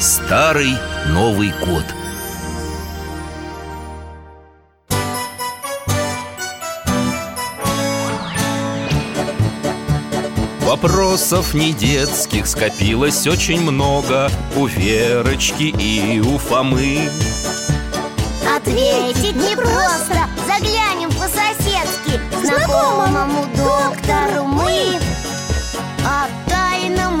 Старый Новый год Вопросов не детских скопилось очень много У Верочки и у Фомы Ответить непросто Заглянем по-соседски Знакомому доктору мы О тайном,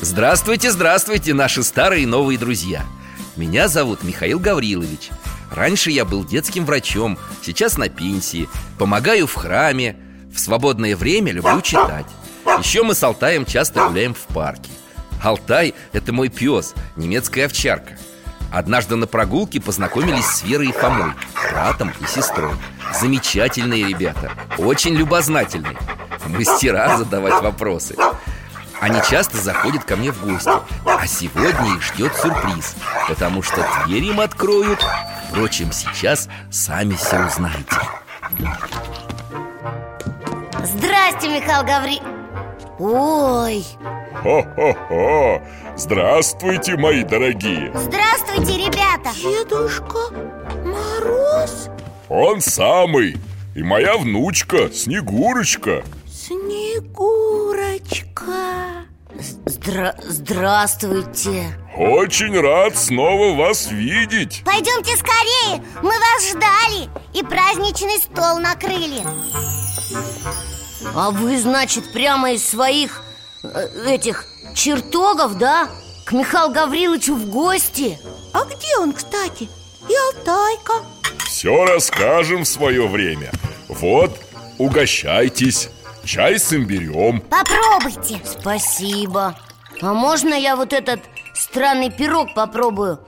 Здравствуйте, здравствуйте, наши старые и новые друзья Меня зовут Михаил Гаврилович Раньше я был детским врачом, сейчас на пенсии Помогаю в храме, в свободное время люблю читать Еще мы с Алтаем часто гуляем в парке Алтай – это мой пес, немецкая овчарка Однажды на прогулке познакомились с Верой и Фомой, братом и сестрой Замечательные ребята, очень любознательные Мастера задавать вопросы они часто заходят ко мне в гости А сегодня их ждет сюрприз Потому что дверь им откроют Впрочем, сейчас сами все узнаете Здрасте, Михаил Гаври... Ой, Хо-хо-хо! Здравствуйте, мои дорогие! здравствуйте, ребята Дедушка Мороз, Он самый! И моя внучка Снегурочка! Снегурочка Здра- Здравствуйте Очень рад снова вас видеть! Пойдемте скорее, мы вас ждали И праздничный стол накрыли А вы, значит, прямо из своих э, этих чертогов, да? К Михаилу Гавриловичу в гости? А где он, кстати? И Алтайка Все расскажем в свое время. Вот, угощайтесь. Чай с имбирем. Попробуйте Спасибо А можно я вот этот странный пирог попробую?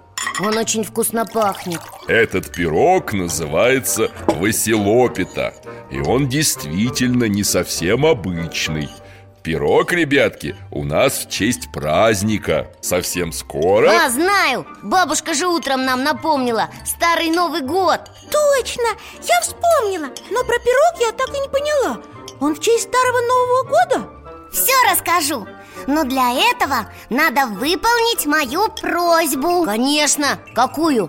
Он очень вкусно пахнет Этот пирог называется Василопита. И он действительно не совсем обычный. Пирог, ребятки, у нас в честь праздника. Совсем скоро... А, знаю, бабушка же утром нам напомнила Старый Новый год Точно, я вспомнила Но про пирог я так и не поняла Он в честь старого Нового года? Все расскажу Но для этого надо выполнить мою просьбу Конечно, какую?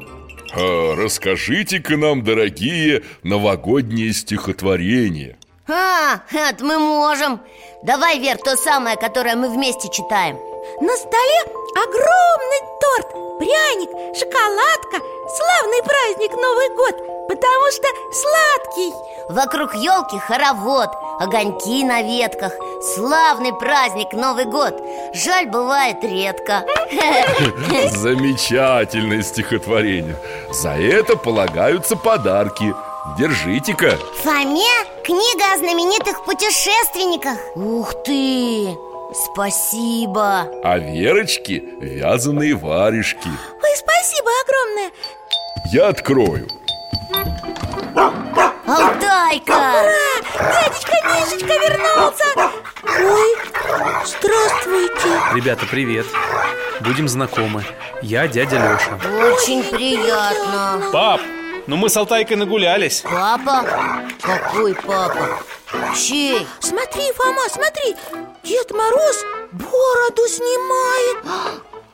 Э, Расскажите-ка нам, дорогие, новогодние стихотворения А, это мы можем Давай, Вер, то самое, которое мы вместе читаем На столе огромный торт, пряник, шоколадка Славный праздник Новый год Потому что сладкий Вокруг елки хоровод, огоньки на ветках Славный праздник Новый год Жаль, бывает редко Замечательное стихотворение За это полагаются подарки Держите-ка Фоме книга о знаменитых путешественниках Ух ты! Спасибо! А Верочки вязаные варежки Ой, спасибо огромное Я открою Алтайка! Дядечка Мишечка вернулся Ой, здравствуйте Ребята, привет Будем знакомы Я дядя Леша Очень приятно. Пап, ну мы с Алтайкой нагулялись Папа? Какой папа? Чей? Смотри, Фома, смотри Дед Мороз бороду снимает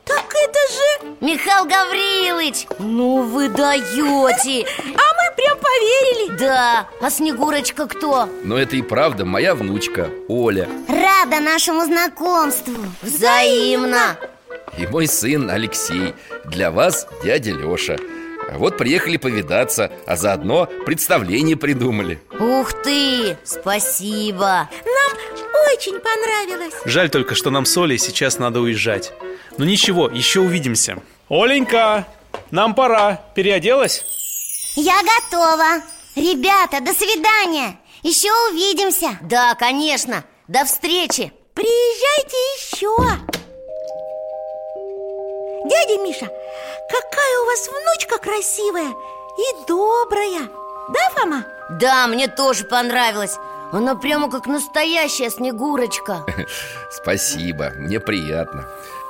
Так это же... А! Михаил Гаврилович! Ну вы даете! А мы прям поверили Да, а Снегурочка кто? Но это и правда моя внучка Оля Рада нашему знакомству Взаимно И мой сын Алексей Для вас дядя Леша Вот приехали повидаться А заодно представление придумали Ух ты, спасибо Нам очень понравилось Жаль только, что нам с Олей сейчас надо уезжать Но ничего, еще увидимся Оленька, нам пора Переоделась? Я готова Ребята, до свидания Еще увидимся Да, конечно, до встречи Приезжайте еще Дядя Миша, какая у вас внучка красивая и добрая Да, Фома? Да, мне тоже понравилось Она прямо как настоящая снегурочка Спасибо, мне приятно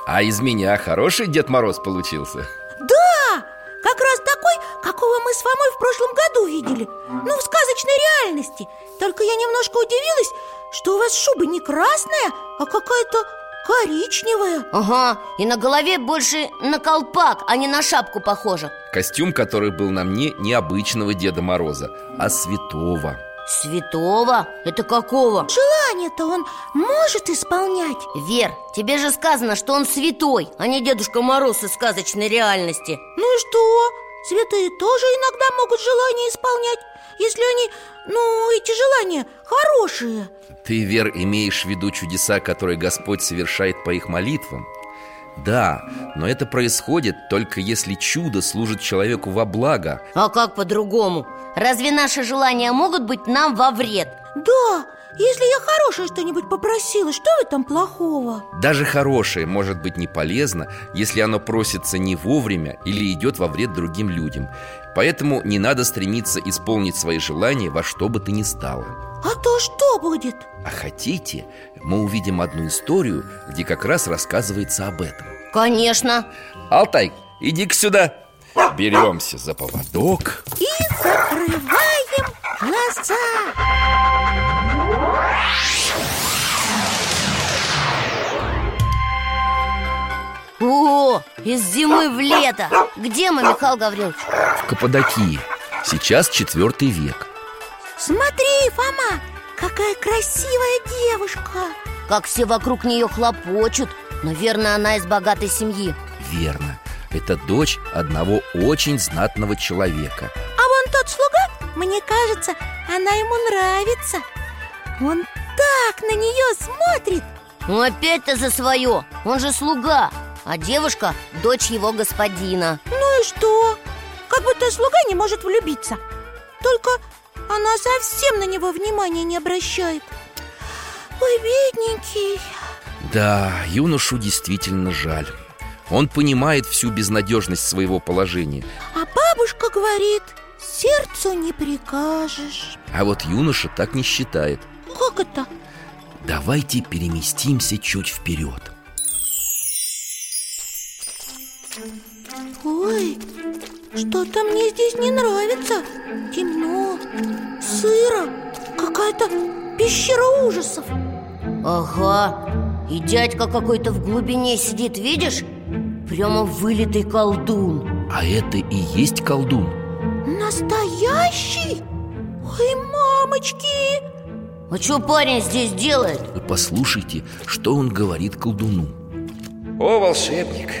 А из меня хороший Дед Мороз получился Да, как раз такой, какого мы с Фомой в прошлом году видели Ну, в сказочной реальности Только я немножко удивилась, что у вас шуба не красная, а какая-то коричневая Ага, и на голове больше на колпак, а не на шапку похоже Костюм, который был на мне, не обычного Деда Мороза, а святого Святого? Это какого? Желание-то он может исполнять Вер, тебе же сказано, что он святой, а не Дедушка Мороз из сказочной реальности Ну и что? Святые тоже иногда могут желания исполнять Если они, ну, эти желания хорошие Ты, Вер, имеешь в виду чудеса, которые Господь совершает по их молитвам? Да, но это происходит только если чудо служит человеку во благо А как по-другому? Разве наши желания могут быть нам во вред? Да, если я хорошее что-нибудь попросила, что в этом плохого? Даже хорошее может быть не полезно, если оно просится не вовремя или идет во вред другим людям Поэтому не надо стремиться исполнить свои желания во что бы то ни стало А то что будет? А хотите, мы увидим одну историю, где как раз рассказывается об этом Конечно Алтай, иди-ка сюда Беремся за поводок И закрываем глаза О, из зимы в лето Где мы, Михаил Гаврилович? в Каппадокии Сейчас четвертый век Смотри, Фома, какая красивая девушка Как все вокруг нее хлопочут Наверное, она из богатой семьи Верно, это дочь одного очень знатного человека А вон тот слуга, мне кажется, она ему нравится Он так на нее смотрит Ну опять-то за свое Он же слуга А девушка – дочь его господина Ну и что? Как будто слуга не может влюбиться Только она совсем на него внимания не обращает Ой, бедненький Да, юношу действительно жаль Он понимает всю безнадежность своего положения А бабушка говорит, сердцу не прикажешь А вот юноша так не считает Как это? Давайте переместимся чуть вперед Ой, что-то мне здесь не нравится Темно, сыро, какая-то пещера ужасов Ага, и дядька какой-то в глубине сидит, видишь? Прямо вылитый колдун А это и есть колдун Настоящий? Ой, мамочки! А что парень здесь делает? Вы послушайте, что он говорит колдуну О, волшебник,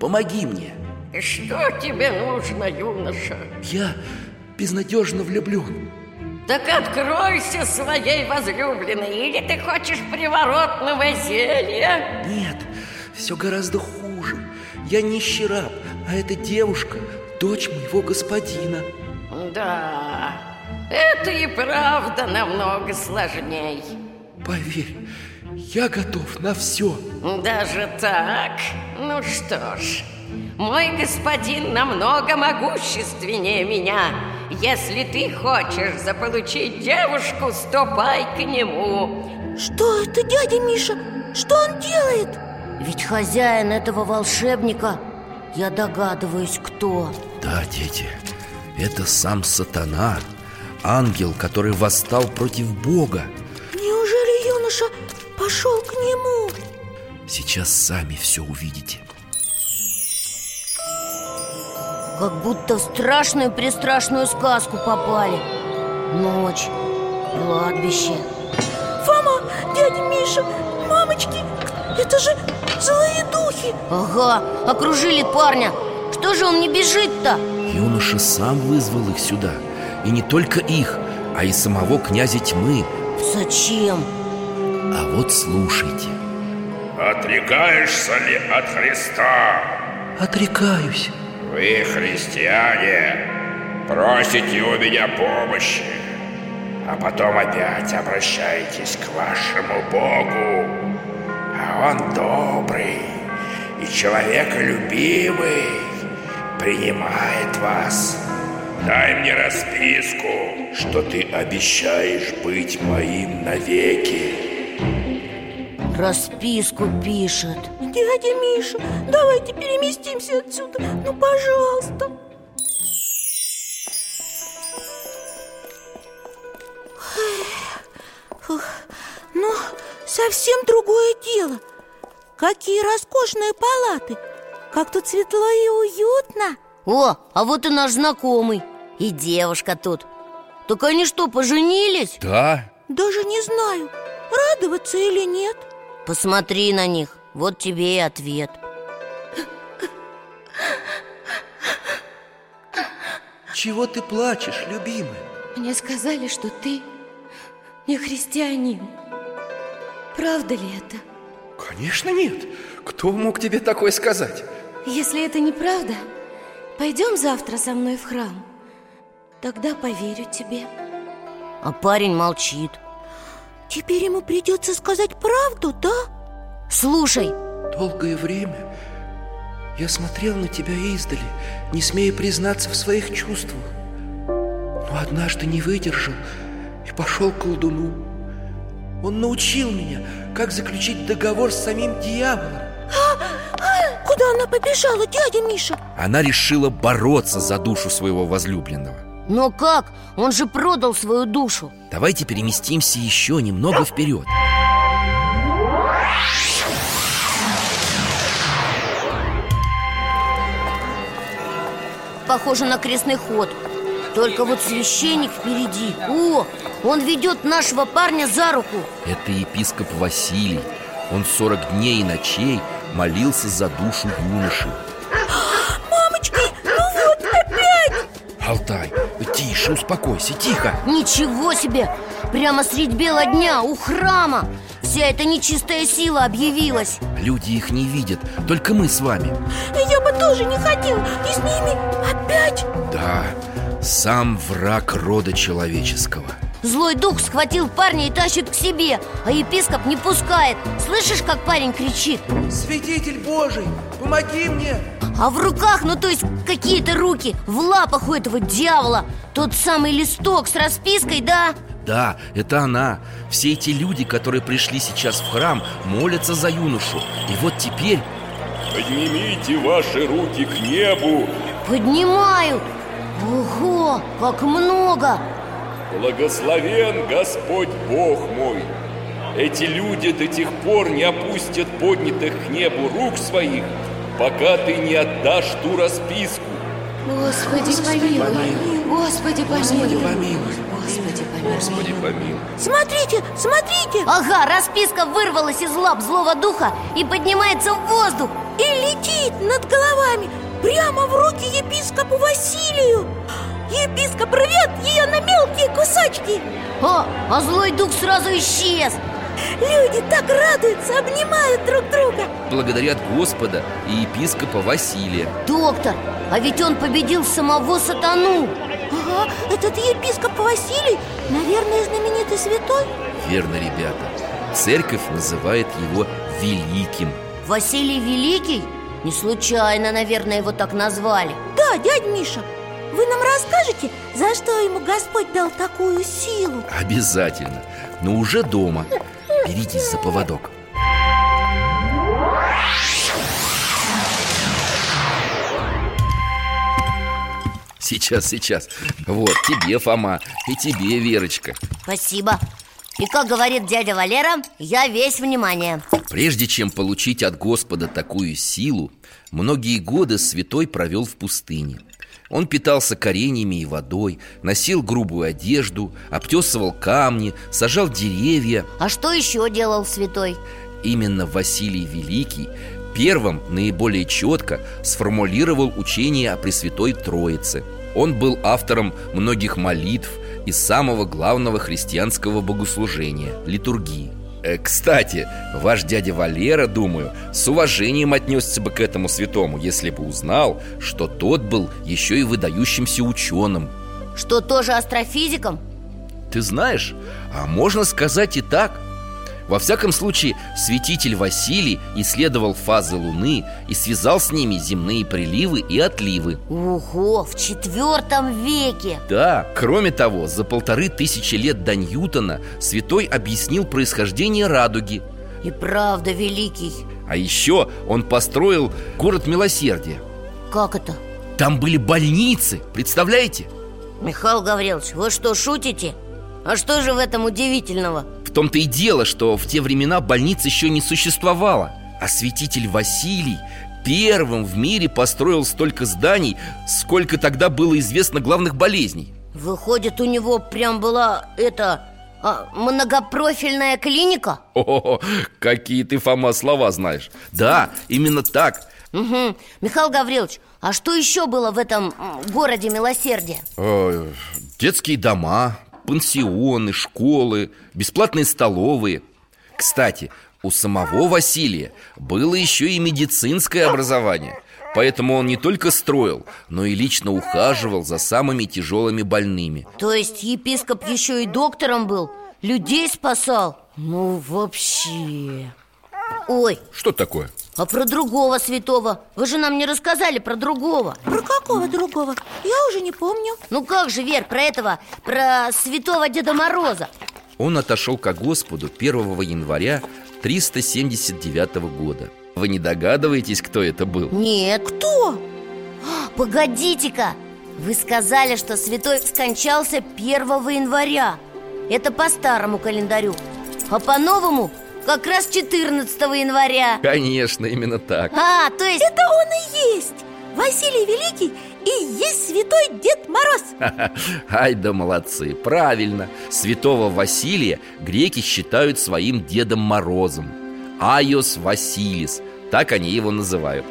Помоги мне, Что тебе нужно, юноша? я безнадежно влюблен Так откройся своей возлюбленной, или ты хочешь приворотного зелья? Нет, все гораздо хуже Я нищий раб, а эта девушка дочь моего господина Да, это и правда намного сложней. Поверь, я готов на все Даже так? Ну что ж, мой господин намного могущественнее меня. Если ты хочешь заполучить девушку, ступай к нему. Что это, дядя Миша? Что он делает? Ведь хозяин этого волшебника Я догадываюсь, кто Да, дети, это сам сатана Ангел, который восстал против Бога Неужели юноша пошел к нему? Сейчас сами все увидите Как будто в страшную-престрашную сказку попали Ночь, кладбище Фома, дядя Миша, мамочки, это же злые духи Ага, окружили парня Что же он не бежит-то? Юноша сам вызвал их сюда И не только их, а и самого князя тьмы Зачем? А вот слушайте Отрекаешься ли от Христа? Отрекаюсь Вы, христиане, просите у меня помощи, а потом опять обращаетесь к вашему Богу. он добрый и человеколюбивый принимает вас. Дай мне расписку, что ты обещаешь быть моим навеки. Расписку пишет Дядя Миша, давайте переместимся отсюда Ну, пожалуйста Фух, Ну, совсем другое дело Какие роскошные палаты Как тут светло и уютно О, а вот и наш знакомый И девушка тут Так они что, поженились? Да, Даже не знаю, радоваться или нет Посмотри на них, вот тебе и ответ Чего ты плачешь, любимая? Мне сказали, что ты не христианин. Правда ли это? Конечно нет. Кто мог тебе такое сказать? Если это неправда, пойдем завтра со мной в храм. Тогда поверю тебе. А парень молчит Теперь ему придется сказать правду, да? Слушай, Долгое время я смотрел на тебя издали, не смея признаться в своих чувствах. Но однажды не выдержал и пошел к колдуну. Он научил меня, как заключить договор с самим дьяволом. Куда она побежала, дядя Миша? она решила бороться за душу своего возлюбленного но как? Он же продал свою душу Давайте переместимся еще немного вперед Похоже на крестный ход Только вот священник впереди О, он ведет нашего парня за руку Это епископ Василий Он 40 дней и ночей молился за душу юноши Мамочка, ну вот опять! Алтай, тише, успокойся, тихо Ничего себе! Прямо средь бела дня у храма Вся эта нечистая сила объявилась Люди их не видят, только мы с вами Я бы тоже не хотела, и с ними опять! Да, сам враг рода человеческого Злой дух схватил парня и тащит к себе А епископ не пускает Слышишь, как парень кричит? Свидетель Божий, помоги мне! А в руках, ну то есть какие-то руки В лапах у этого дьявола Тот самый листок с распиской, да? Да, это она Все эти люди, которые пришли сейчас в храм, молятся за юношу И вот теперь Поднимите ваши руки к небу Поднимают Ого, как много Благословен Господь Бог мой Эти люди до тех пор не опустят поднятых к небу рук своих Пока ты не отдашь ту расписку Господи, помилуй. Господи, помилуй. Помилуй. Господи, помилуй. Господи помилуй Смотрите, смотрите! Ага, расписка вырвалась из лап злого духа И поднимается в воздух И летит над головами прямо в руки епископу Василию Епископ рвет ее на мелкие кусочки О, а злой дух сразу исчез Люди так радуются, обнимают друг друга благодарят Господа и епископа Василия Доктор, а ведь он победил самого сатану Ага, этот епископ Василий, наверное, знаменитый святой Верно, ребята Церковь называет его великим Василий Великий? Не случайно, наверное, его так назвали Да, дядь Миша, вы нам расскажете, за что ему Господь дал такую силу? Обязательно, но уже дома Беритесь за поводок Сейчас, сейчас Вот тебе, Фома, и тебе, Верочка Спасибо И как говорит дядя Валера, я весь внимание Прежде чем получить от Господа такую силу, многие годы святой провел в пустыне. Он питался кореньями и водой, носил грубую одежду, обтесывал камни, сажал деревья. А что еще делал святой? Именно Василий Великий первым наиболее четко сформулировал учение о Пресвятой Троице. Он был автором многих молитв и самого главного христианского богослужения – литургии. Э, Кстати, ваш дядя Валера, думаю, с уважением отнесся бы к этому святому, если бы узнал, что тот был еще и выдающимся ученым. Что, тоже астрофизиком? Ты знаешь, а можно сказать и так Во всяком случае, святитель Василий исследовал фазы Луны и связал с ними земные приливы и отливы. Ого, в четвертом веке Да, кроме того, за полторы тысячи лет до Ньютона святой объяснил происхождение радуги, И правда великий а еще он построил город милосердия. Как это? Там были больницы, представляете? Михаил Гаврилович, вы что, шутите? А что же в этом удивительного? В том-то и дело, что в те времена больниц еще не существовало А святитель Василий первым в мире построил столько зданий, сколько тогда было известно главных болезней Выходит, у него прям была, это, а, многопрофильная клиника? О, какие ты, Фома, слова знаешь Да, именно так Угу. Михаил Гаврилович, а что еще было в этом м, городе милосердия? Э, Детские дома, пансионы, школы, бесплатные столовые Кстати, у самого Василия было еще и медицинское образование Поэтому он не только строил, но и лично ухаживал за самыми тяжелыми больными То есть епископ еще и доктором был? Людей спасал? Ну, вообще... Ой, Что такое? а про другого святого? Вы же нам не рассказали про другого Про какого другого? Я уже не помню Ну как же, Вер, про этого, про святого Деда Мороза Он отошел ко Господу 1 января 379 года Вы не догадываетесь, кто это был? Нет Кто? А, Погодите-ка! Вы сказали, что святой скончался 1 января Это по старому календарю А по новому как раз 14 января Конечно, именно так А, то есть... Это он и есть Василий Великий и есть святой Дед Мороз Ай да молодцы, правильно Святого Василия греки считают своим Дедом Морозом Айос Василис, так они его называют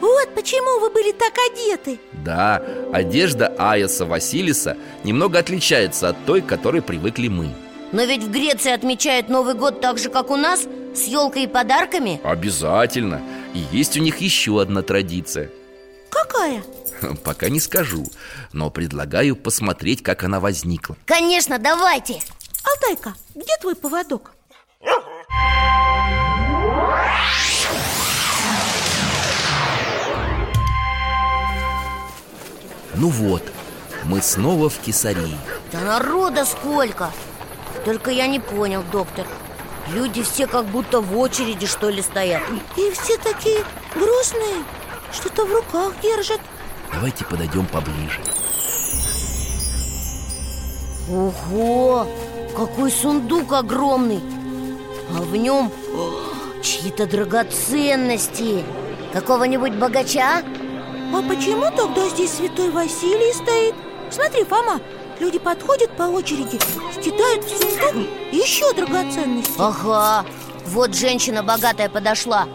Вот почему вы были так одеты Да, одежда Айоса Василиса немного отличается от той, к которой привыкли мы Но ведь в Греции отмечают Новый год так же, как у нас С елкой и подарками Обязательно И есть у них еще одна традиция Какая? Пока не скажу, но предлагаю посмотреть, как она возникла Конечно, давайте Алтайка, где твой поводок? Ну вот, мы снова в Кесарии Да народа сколько Только я не понял, доктор Люди все как будто в очереди, что ли, стоят И все такие грустные Что-то в руках держат Давайте подойдем поближе Ого! Какой сундук огромный! А в нем о, чьи-то драгоценности Какого-нибудь богача? А почему тогда здесь святой Василий стоит? Смотри, Фома, люди подходят по очереди Скидают в сундук еще драгоценности Ага, вот женщина богатая подошла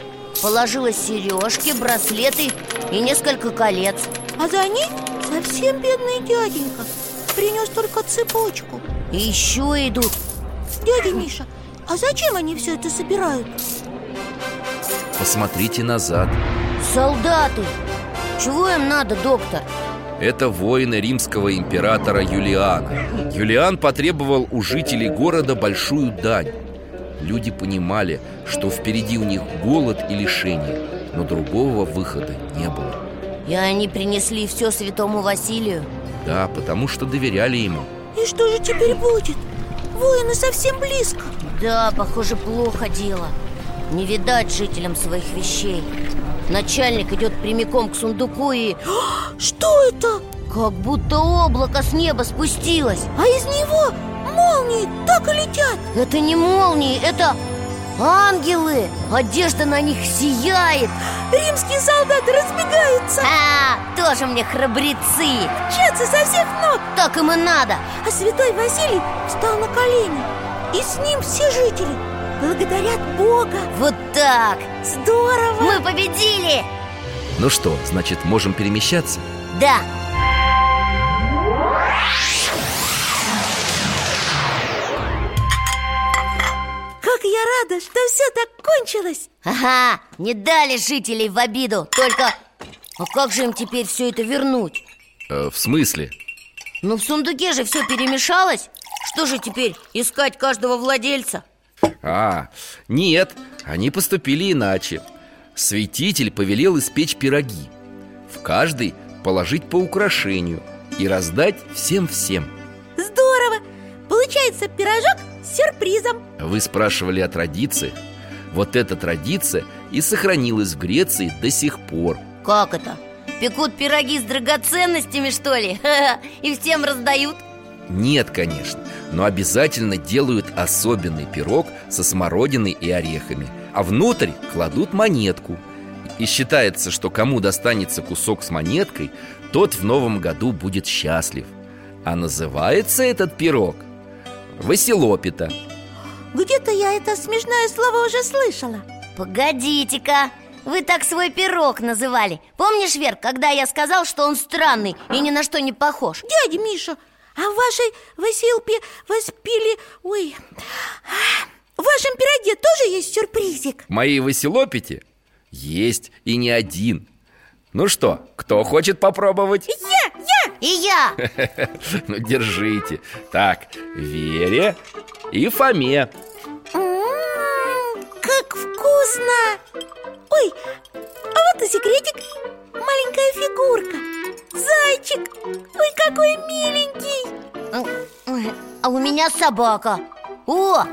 Положила сережки, браслеты и несколько колец А за ней совсем бедный дяденька Принес только цепочку И еще идут Дядя Миша, а зачем они все это собирают? Посмотрите назад солдаты Чего им надо, доктор? Это воины римского императора Юлиана Юлиан потребовал у жителей города большую дань Люди понимали, что впереди у них голод и лишение Но другого выхода не было И они принесли все святому Василию Да, потому что доверяли ему И что же теперь будет? Воины совсем близко Да, похоже, плохо дело Не видать жителям своих вещей Начальник идет прямиком к сундуку и... Что это? Как будто облако с неба спустилось А из него молнии так и летят Это не молнии, это ангелы Одежда на них сияет Римские солдаты разбегаются А, тоже мне храбрецы Мчатся со всех ног Так им и надо А святой Василий встал на колени И с ним все жители Благодарят Бога Вот так Здорово! Мы победили! Ну что, значит, можем перемещаться? Да, Как я рада, что все так кончилось ага, не дали жителей в обиду Только, а как же им теперь все это вернуть? Ну, Э, в смысле? Но в сундуке же все перемешалось Что же теперь искать каждого владельца? А, нет, они поступили иначе Святитель повелел испечь пироги В каждый положить по украшению И раздать всем-всем Здорово! Получается пирожок с сюрпризом Вы спрашивали о традиции Вот эта традиция и сохранилась в Греции до сих пор Как это? Пекут пироги с драгоценностями, что ли? И всем раздают? Нет, конечно, но обязательно делают особенный пирог со смородиной и орехами А внутрь кладут монетку И считается, что кому достанется кусок с монеткой, тот в новом году будет счастлив А называется этот пирог Василопита Где-то я это смешное слово уже слышала Погодите-ка, вы так свой пирог называли Помнишь, Вер, когда я сказал, что он странный и ни на что не похож? Дядя Миша, а в вашей Василпе воспили... Ой, а, в вашем пироге тоже есть сюрпризик? В моей Василопите есть и не один ну что, кто хочет попробовать? Я, я! И я! Ну, держите Так, Вере и Фоме М, М-м, Как вкусно! Ой, а вот и секретик Маленькая фигурка Зайчик Ой, какой миленький Ой, А у меня собака О,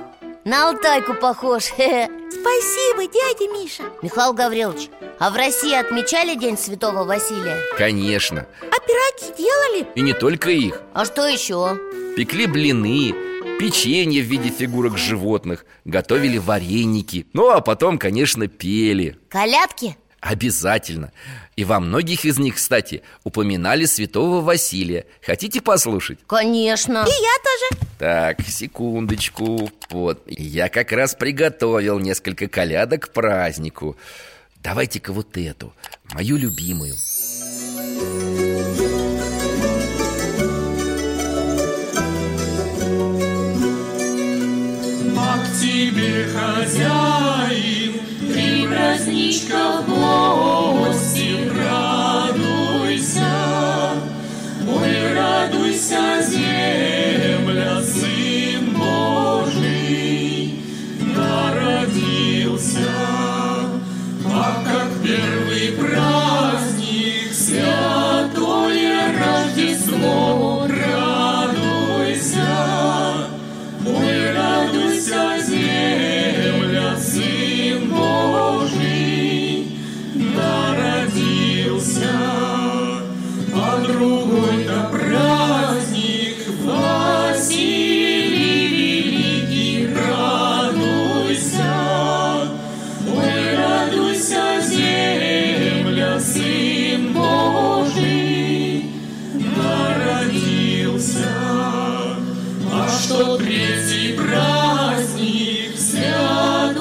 на Алтайку похож Хе-хе. Спасибо, дядя Миша Михаил Гаврилович, а в России отмечали День Святого Василия? Конечно А пироги делали? И не только их А что еще? Пекли блины, печенье в виде фигурок животных Готовили вареники Ну, а потом, конечно, пели Колядки? Обязательно И во многих из них, кстати, упоминали святого Василия Хотите послушать? Конечно И я тоже Так, секундочку Вот, я как раз приготовил несколько колядок к празднику Давайте-ка вот эту, мою любимую А к тебе хозяин Три праздничка в гости Радуйся, ой, радуйся, земля, Сын Божий народился. А как первый праздник Святое Рождество радуйся, Ой, радуйся, земля, Сын Божий народился. А другой-то праздник Василий Великий радуйся. Ой, радуйся, земля, Сын Божий народился. А что третий праздник Святое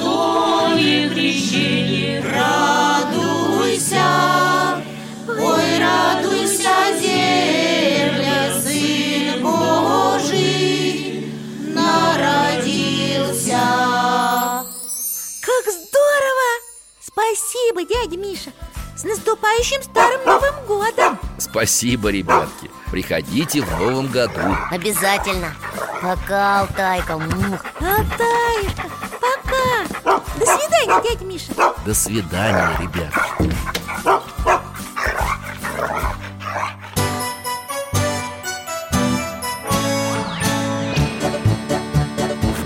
крещение Радуйся, ой, радуйся, земля Сын Божий народился Как здорово! Спасибо, дядя Миша С наступающим Старым Новым Годом Спасибо, ребятки Приходите в новом году Обязательно Пока, Алтайка М. Алтаешка, пока До свидания, дядя Миша До свидания, ребят В